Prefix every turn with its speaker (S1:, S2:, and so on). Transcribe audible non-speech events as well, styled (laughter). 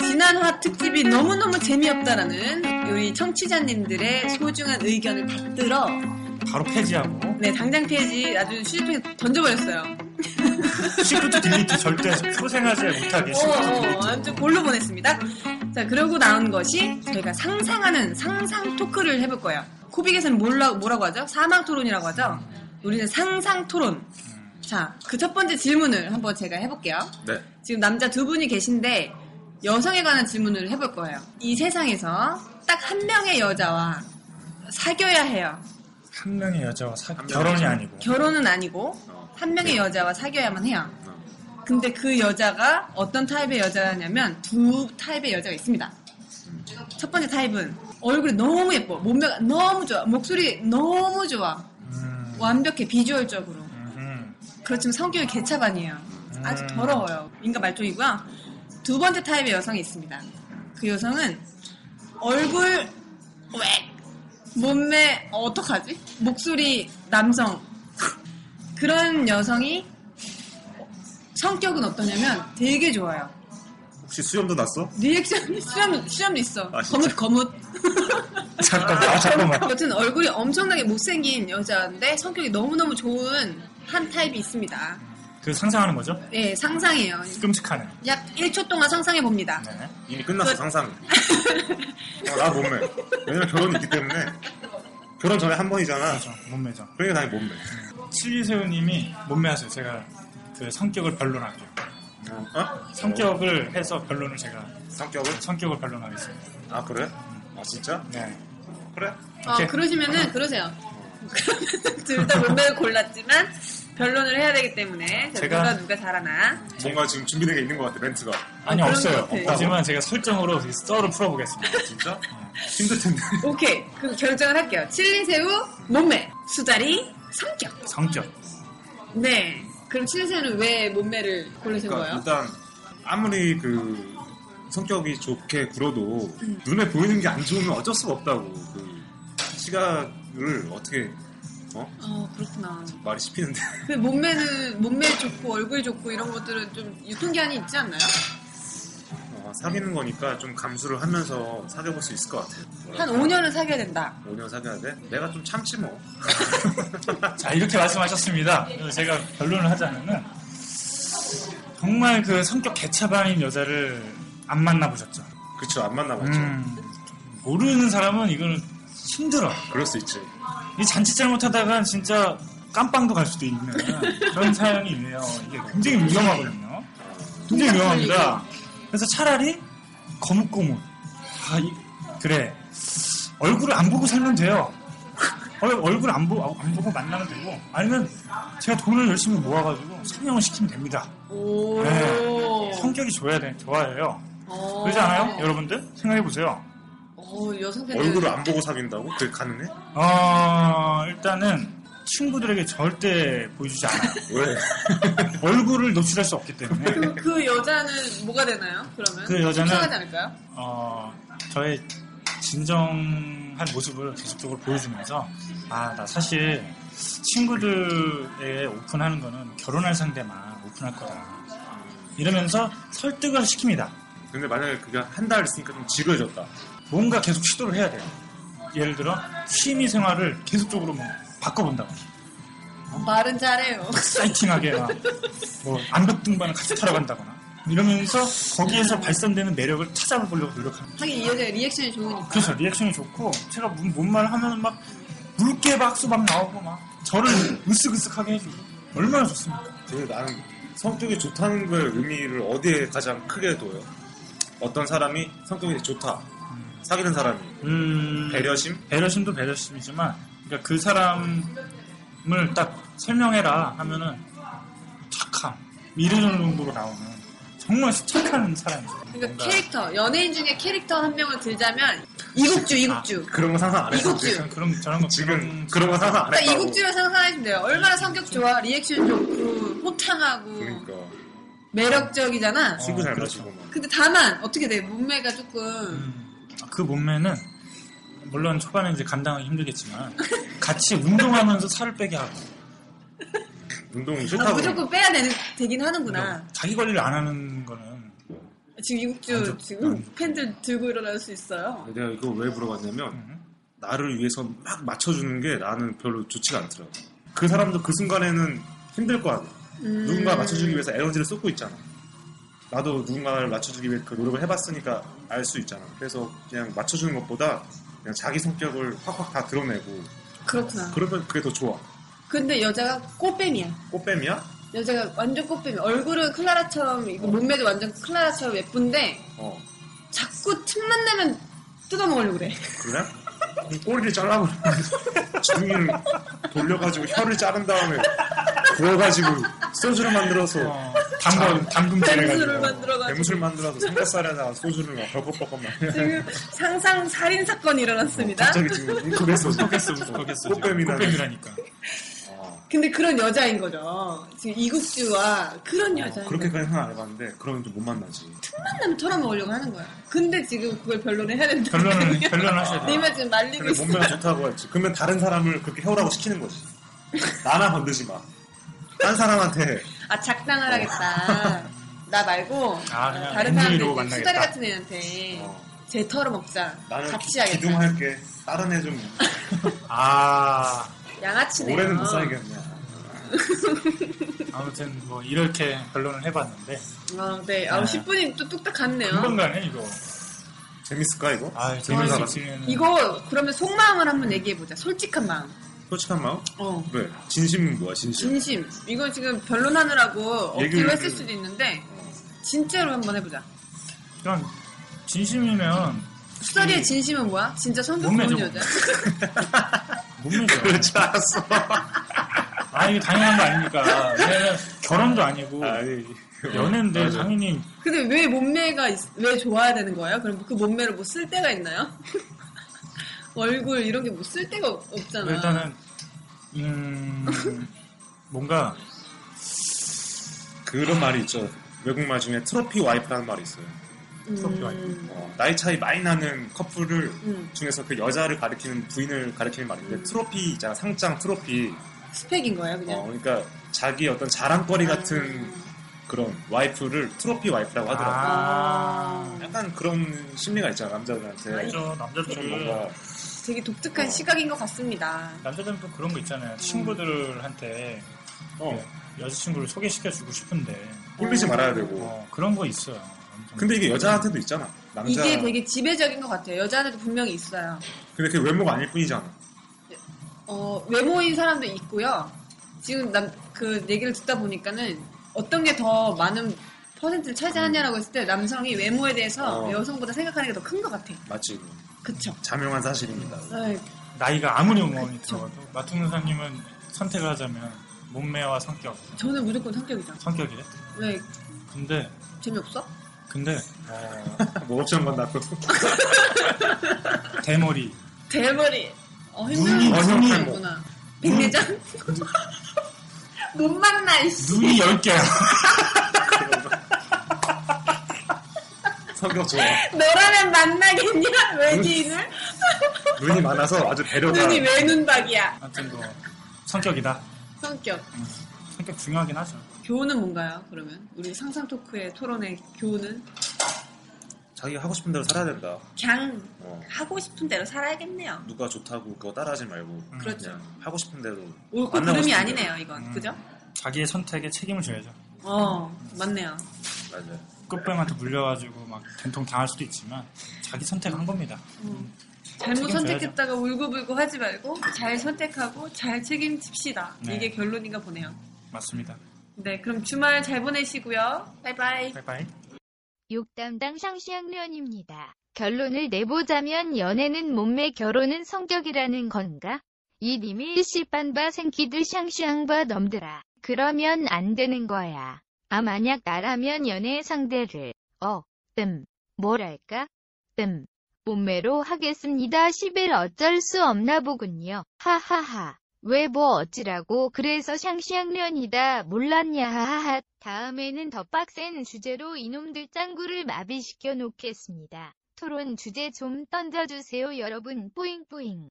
S1: 지난화 특집이 너무너무 재미없다라는 우리 청취자님들의 소중한 의견을 받들어
S2: 바로 폐지하고
S1: 네 당장 폐지 아주 휴지통에 던져버렸어요
S2: 시프트 딜리트 절대 소생하지 못하게
S1: 오,
S2: 시프트
S1: 오,
S2: 딜리트
S1: 완전 어, 골로 보냈습니다 자 그러고 나온 것이 저희가 상상하는 상상 토크를 해볼 거예요 코빅에서는 뭐라, 뭐라고 하죠? 사망 토론이라고 하죠 우리는 상상 토론 자 그 첫 번째 질문을 한번 제가 해볼게요
S2: 네.
S1: 지금 남자 두 분이 계신데 여성에 관한 질문을 해볼 거예요. 이 세상에서 딱 한 명의 여자와 사귀어야 해요.
S2: 한 명의 여자와 사 결혼이 아니고
S1: 결혼은 아니고 한 명의 여자와 사귀어야만 해요. 근데 그 여자가 어떤 타입의 여자냐면 두 타입의 여자가 있습니다. 첫 번째 타입은 얼굴이 너무 예뻐, 몸매가 너무 좋아, 목소리 너무 좋아,
S2: 음,
S1: 완벽해 비주얼적으로.
S2: 음,
S1: 그렇지만 성격이 개차반이에요.
S3: 음.
S1: 아주 더러워요. 인간 말종이고요. 두 번째 타입의 여성이 있습니다. 그 여성은 얼굴 왜 몸매 어, 어떡하지? 목소리 남성 그런 여성이 성격은 어떠냐면 되게 좋아요.
S3: 혹시 수염도 났어?
S1: 리액션이 수염 수염도 있어.
S3: 아, 진짜?
S1: 거뭇 거뭇.
S2: 잠깐만 아, 잠깐만
S1: 아무튼 얼굴이 엄청나게 못생긴 여자인데 성격이 너무너무 좋은 한 타입이 있습니다.
S2: 그 상상하는 거죠?
S1: 예, 상상이에요.
S2: 끔찍하네
S1: 약 1초 동안 상상해 봅니다.
S2: 네.
S3: 이미 끝났어
S1: 그-
S3: 상상. 어, 나 몸매. 왜냐면 결혼이 있기 때문에 결혼 전에 한 번이잖아.
S2: 맞아 몸매죠
S3: 그러니까 나의 몸매.
S2: 칠기세우님이 몸매하세요 제가 그 성격을 변론할게요
S3: 어?
S2: 성격을 해서 변론을 제가
S3: 성격을?
S2: 성격을 변론하겠습니다
S3: 아 그래? 아 진짜?
S2: 네
S3: 그래?
S1: 어,
S2: 오케이.
S1: 그러시면은 그러세요. (laughs) 둘 다 몸매를 골랐지만 변론을 해야 되기 때문에
S2: 제가-
S1: 누가 누가 잘하나.
S3: 뭔가 지금 준비된 게 있는 것 같아 멘트가.
S2: 아니
S1: 그런
S2: 없어요
S1: 것 같아.
S2: 없지만 제가 설정으로 썰을 풀어보겠습니다
S3: 진짜? 힘들 텐데.
S1: 오케이. 그럼 결정을 할게요. 칠리새우 몸매, 수다리 성격.
S2: 성격
S1: 네. 그럼 칠리새우는 왜 몸매를 고르신
S3: 그러니까
S1: 거예요?
S3: 일단 아무리 그 성격이 좋게 굴어도 눈에 보이는 게 안 좋으면 어쩔 수가 없다고. 그 시각을 어떻게 어?
S1: 어 그렇구나.
S3: 말이 씹히는데. (laughs)
S1: 근데 몸매는 몸매 좋고 얼굴 좋고 이런 것들은 좀 유통기한이 있지 않나요?
S3: 어, 사귀는 거니까 좀 감수를 하면서 사귀어볼 수 있을 것 같아요.
S1: 한 5년은 사귀어야 된다.
S3: 5년 사귀어야 돼? 내가 좀 참지 뭐.
S2: 자 이렇게 말씀하셨습니다. 그래서 제가 결론을 하자면은 정말 그 성격 개차반인 여자를 안 만나보셨죠.
S3: 그쵸, 안 만나봤죠.
S2: 음, 모르는 사람은 이거는 힘들어.
S3: 그럴 수 있지.
S2: 이 잔치 잘못하다가 진짜 깜빵도 갈 수도 있는 그런 사연이 있네요. 이게 굉장히 위험하거든요. 굉장히 위험합니다. 그래서 차라리 거뭇거뭇. 아, 이- 그래. 얼굴을 안 보고 살면 돼요. 어, 얼굴 안, 보, 안 보고 만나면 되고 아니면 제가 돈을 열심히 모아가지고 성형을 시키면 됩니다.
S1: 오.
S2: 네. 성격이 좋아야 돼, 좋아요. 그러지 않아요? 여러분들? 생각해보세요.
S1: 어, 여성들
S3: 얼굴을 안 보고 사귄다고? 그게 가능해?
S2: 어, 일단은 친구들에게 절대 보여주지 않아요.
S3: 왜? (laughs)
S2: 얼굴을 노출할 수 없기 때문에
S1: 그, 그 여자는 뭐가 되나요? 그러면
S2: 그 여자는-
S1: 속상하지 않을까요?
S2: 어, 저의 진정한 모습을 계속적으로 보여주면서 아 나 사실 친구들에 오픈하는 거는 결혼할 상대만 오픈할 거다 이러면서 설득을 시킵니다
S3: 근데 만약에 그게 한 달 있으니까 좀 지루해졌다.
S2: 뭔가 계속 시도를 해야 돼요 예를 들어 취미 생활을 계속적으로 뭐 바꿔본다고
S1: 어, 말은 잘해요.
S2: 사이팅하게 막뭐 암벽등반을 같이 타러 간다거나 이러면서 거기에서 발산되는 매력을 찾아보려고 노력합니다
S1: 하긴 이 여자 리액션이 좋으니까.
S2: 그래서 리액션이 좋고 제가 뭔, 뭔 말을 하면 막 묽게 박수 막 나오고 막 저를 으쓱으쓱하게 해주고 얼마나 좋습니까?
S3: 근데 그 나는 성격이 좋다는 걸 의미를 어디에 가장 크게 둬요? 어떤 사람이 성격이 좋다. 사귀는 사람이.
S2: 음,
S3: 배려심?
S2: 배려심도 배려심이지만 그러니까 그 사람을 딱 설명해라 하면은 착함 이런 정도로 뭐 나오는 정말 착한 사람이죠.
S1: 그러니까
S2: 뭔가
S1: 캐릭터 연예인 중에 캐릭터 한 명을 들자면
S3: 아,
S1: 이국주 이국주
S3: 그런 건 상상 안 했어.
S1: 이국주.
S2: 지금 그런 저런 거
S3: 지금 그런 건 상상 안
S1: 딱
S3: 했다고.
S1: 그러니까 이국주를 상상하시면 돼요 얼마나 성격 좋아 리액션 좋고 호탕하고
S3: 그러니까
S1: 매력적이잖아
S3: 친구 잘
S2: 그렇죠.
S3: 마시고 막.
S1: 근데 다만 어떻게 돼 몸매가 조금
S2: 음, 그 몸매는 물론 초반에 이제 감당하기 힘들겠지만 같이 운동하면서 살을 빼게 하고
S3: 운동이
S1: 아,
S3: 싫다고.
S1: 무조건 빼야 되는, 되긴
S3: 아.
S1: 하는구나
S2: 자기 관리를 안 하는 거는
S1: 지금 이국주
S2: 완전-
S1: 지금
S3: 음.
S2: 완전-
S1: 팬들 들고 일어날 수 있어요
S3: 내가 이거 왜 물어봤냐면
S2: 음,
S3: 나를 위해서 막 맞춰주는 게 나는 별로 좋지가 않더라고. 그 사람도 그 순간에는 힘들 거 아니야.
S1: 음.
S3: 누군가 맞춰주기 위해서 에너지를 쏟고 있잖아. 나도 누군가를 맞춰주기 위해 그 노력을 해봤으니까 알 수 있잖아. 그래서 그냥 맞춰주는 것보다 그냥 자기 성격을 확확 다 드러내고
S1: 그렇구나
S3: 그러면 그게 더 좋아.
S1: 근데 여자가 꽃뱀이야
S3: 꽃뱀이야?
S1: 여자가 완전 꽃뱀이 얼굴은 클라라처럼 이거 몸매도 완전 클라라처럼 예쁜데
S3: 어.
S1: 자꾸 틈만 나면 뜯어먹으려고 그래 (laughs)
S3: 그래? 이 꼬리를 잘라버려. 주둥이를 돌려가지고 혀를 자른 다음에 구워가지고 소주를 만들어서
S2: 어, 당근 당근질을
S1: 뱀수를
S2: 가지고
S1: 만들어가지고
S3: 뱀술 만들어서 삼겹살에다가 소주를 막 벌컥벌컥 막
S1: 지금 상상 살인 사건이 일어났습니다
S3: 갑자기 지금 웅크했어
S2: 속였어 속였어
S3: 꽃뱀이라니.
S2: 꽃뱀이라니까
S1: 근데 그런 여자인 거죠 지금 이국주와 그런 여자
S3: 어, 그렇게까지 생각 안 해봤는데 그러면 좀 못 만나지.
S1: 틈만 나면 털어먹으려고 하는 거야 근데 지금 그걸 변론을 해야 된다
S2: 변론을 변론을 하셔야 돼요
S1: 네가 지금 말리고
S3: 근데
S1: 있어
S3: 몸매가 좋다고 했지. 그러면 다른 사람을 그렇게 해오라고 시키는 거지. 나나 건드지 마. 딴 사람한테
S1: 아 작당을 하겠다 나 말고
S2: 어. 아, 그냥
S1: 다른
S2: 엉덩이로
S1: 사람들
S2: 만나겠다.
S1: 수다리 같은 애한테
S3: 어.
S1: 쟤 털어먹자
S3: 나는
S1: 같이
S3: 기-
S1: 하겠다
S3: 기둥할게. 다른 애 좀
S2: 아
S1: 양아치네요
S3: 올해는 못 살겠냐.
S2: 아무튼 뭐 이렇게 변론을 해봤는데
S1: 아, 네. 아, 10분이 또 뚝딱 갔네요.
S2: 금방 가네 이거
S3: 재밌을까 이거?
S2: 아
S3: 재밌는 사람.
S2: 재밌으면
S1: 이거 그러면 속마음을 한번 얘기해보자. 솔직한 마음.
S3: 솔직한 마음?
S1: 어.
S3: 왜? 진심은 뭐야 진심?
S1: 진심. 이거 지금 변론하느라고 억지로
S3: 얘기를-
S1: 했을 수도 있는데 진짜로 한번 해보자.
S2: 그냥 진심이면
S1: 수다리의 진심은 뭐야? 진짜 성격
S2: 몸매
S1: 좋은
S2: 좀-
S1: 여자.
S2: 몸매죠.
S3: (laughs) 그렇지 않았어.
S2: 아 이게 당연한 거 아닙니까? 왜냐면 결혼도 아니고
S3: 아니
S2: 연애인데
S3: 맞아.
S2: 당연히
S1: (laughs) 근데 왜 몸매가 있- 왜 좋아야 되는 거예요? 그럼 그 몸매를 뭐 쓸 데가 있나요? (laughs) 얼굴 이런 게 뭐 쓸 데가 없- 없잖아.
S2: 일단은 음 뭔가
S3: 그런 말이 있죠. 외국 말 중에 트로피 와이프라는 말이 있어요.
S2: 트로피 와이프.
S3: 어, 나이 차이 많이 나는 커플을
S1: 음.
S3: 중에서 그 여자를 가리키는 부인을 가리키는 말인데 트로피 있잖아 상장 트로피
S1: 스펙인 거예요, 그냥. 음.
S3: 어, 그러니까 자기 어떤 자랑거리 같은 그런 와이프를 트로피 와이프라고 하더라고. 요
S2: 아,
S3: 약간 그런 심리가 있잖아 남자들한테.
S2: 그렇죠.
S3: 좀
S2: 남자들은
S3: 뭔가
S1: 되게 독특한 시각인 것 같습니다.
S2: 남자들은 또 그런 거 있잖아요. 친구들한테
S3: 어,
S1: 네.
S2: 여자친구를 소개시켜주고 싶은데
S3: 꿀리지 말아야 되고.
S2: 어, 그런 거 있어요. 엄청.
S3: 근데 이게 여자한테도 있잖아. 남자.
S1: 이게 뭐 되게 지배적인 것 같아요. 여자한테도 분명히 있어요.
S3: 근데 그게 외모가 아닐 뿐이잖아.
S1: 어, 외모인 사람도 있고요. 지금 남, 그 얘기를 듣다 보니까는 어떤 게 더 많은 퍼센트를 차지하냐라고 했을 때 남성이 외모에 대해서
S3: 어.
S1: 여성보다 생각하는 게 더 큰 것 같아.
S3: 맞지? 이거.
S1: 그쵸.
S3: 뭐
S1: 네,
S3: 자명한 사실입니다.
S1: 아이,
S2: 나이가 아무리 어머니 들어가도 마퉁사님은 선택을 하자면 몸매와 성격,
S1: 저는 무조건 성격이다.
S2: 성격이래.
S1: 왜
S2: 근데
S1: 재미없어?
S2: 근데 어,
S3: 뭐 옵션 건다고. (laughs)
S2: 대머리
S1: 대머리. 어,
S2: 눈이,
S1: 힘들구나.
S2: 눈이.
S1: 백내장? (laughs) 못 만나, 이씨.
S2: 눈이 열 개야.
S3: 성격 좋아.
S1: 너라면 만나겠냐? 외계인을?
S3: 눈이 많아서 아주 배려가.
S1: 눈이 왜 눈박이야?
S2: 아무튼 뭐 성격이다.
S1: 성격.
S2: 성격 중요하긴 하죠.
S1: 교훈은 뭔가요? 그러면 우리 상상 토크의 토론의 교훈은
S3: 자기가 하고 싶은 대로 살아야 된다.
S1: 그냥
S3: 어.
S1: 하고 싶은 대로 살아야겠네요.
S3: 누가 좋다고 그거 따라하지 말고
S1: 그렇죠.
S3: 그냥 하고 싶은 대로.
S1: 옳고 그름이
S3: 만나고 싶은
S1: 아니네요, 이건.
S2: 음.
S1: 그죠?
S2: 자기의 선택에 책임을 져야죠.
S1: 어, 맞네요.
S3: 대로. 맞아요.
S2: 끝뱀한테 물려가지고 막 된통 당할 수도 있지만 자기 선택한 겁니다.
S1: 음. 잘못
S2: 책임져야죠.
S1: 선택했다가 울고불고 하지 말고 잘 선택하고 잘 책임집시다.
S2: 네.
S1: 이게 결론인가 보네요.
S2: 맞습니다.
S1: 네, 그럼 주말 잘 보내시고요. 바이바이.
S2: 바이바이.
S4: 욕담당 상시학년입니다. 결론을 내보자면 연애는 몸매 결혼은 성격이라는 건가? 이님이 씨빤바 생기들 샹샹바 넘들아. 그러면 안 되는 거야. 아, 만약 나라면 연애 상대를, 어, 뜸, 뭐랄까, 뜸, 몸매로 하겠습니다. 10일 어쩔 수 없나 보군요. 하하하. 왜 뭐 어찌라고 그래서 샹샹련이다 몰랐냐 하하하 다음에는 더 빡센 주제로 이놈들 짱구를 마비시켜 놓겠습니다. 토론 주제 좀 던져주세요 여러분 뿌잉뿌잉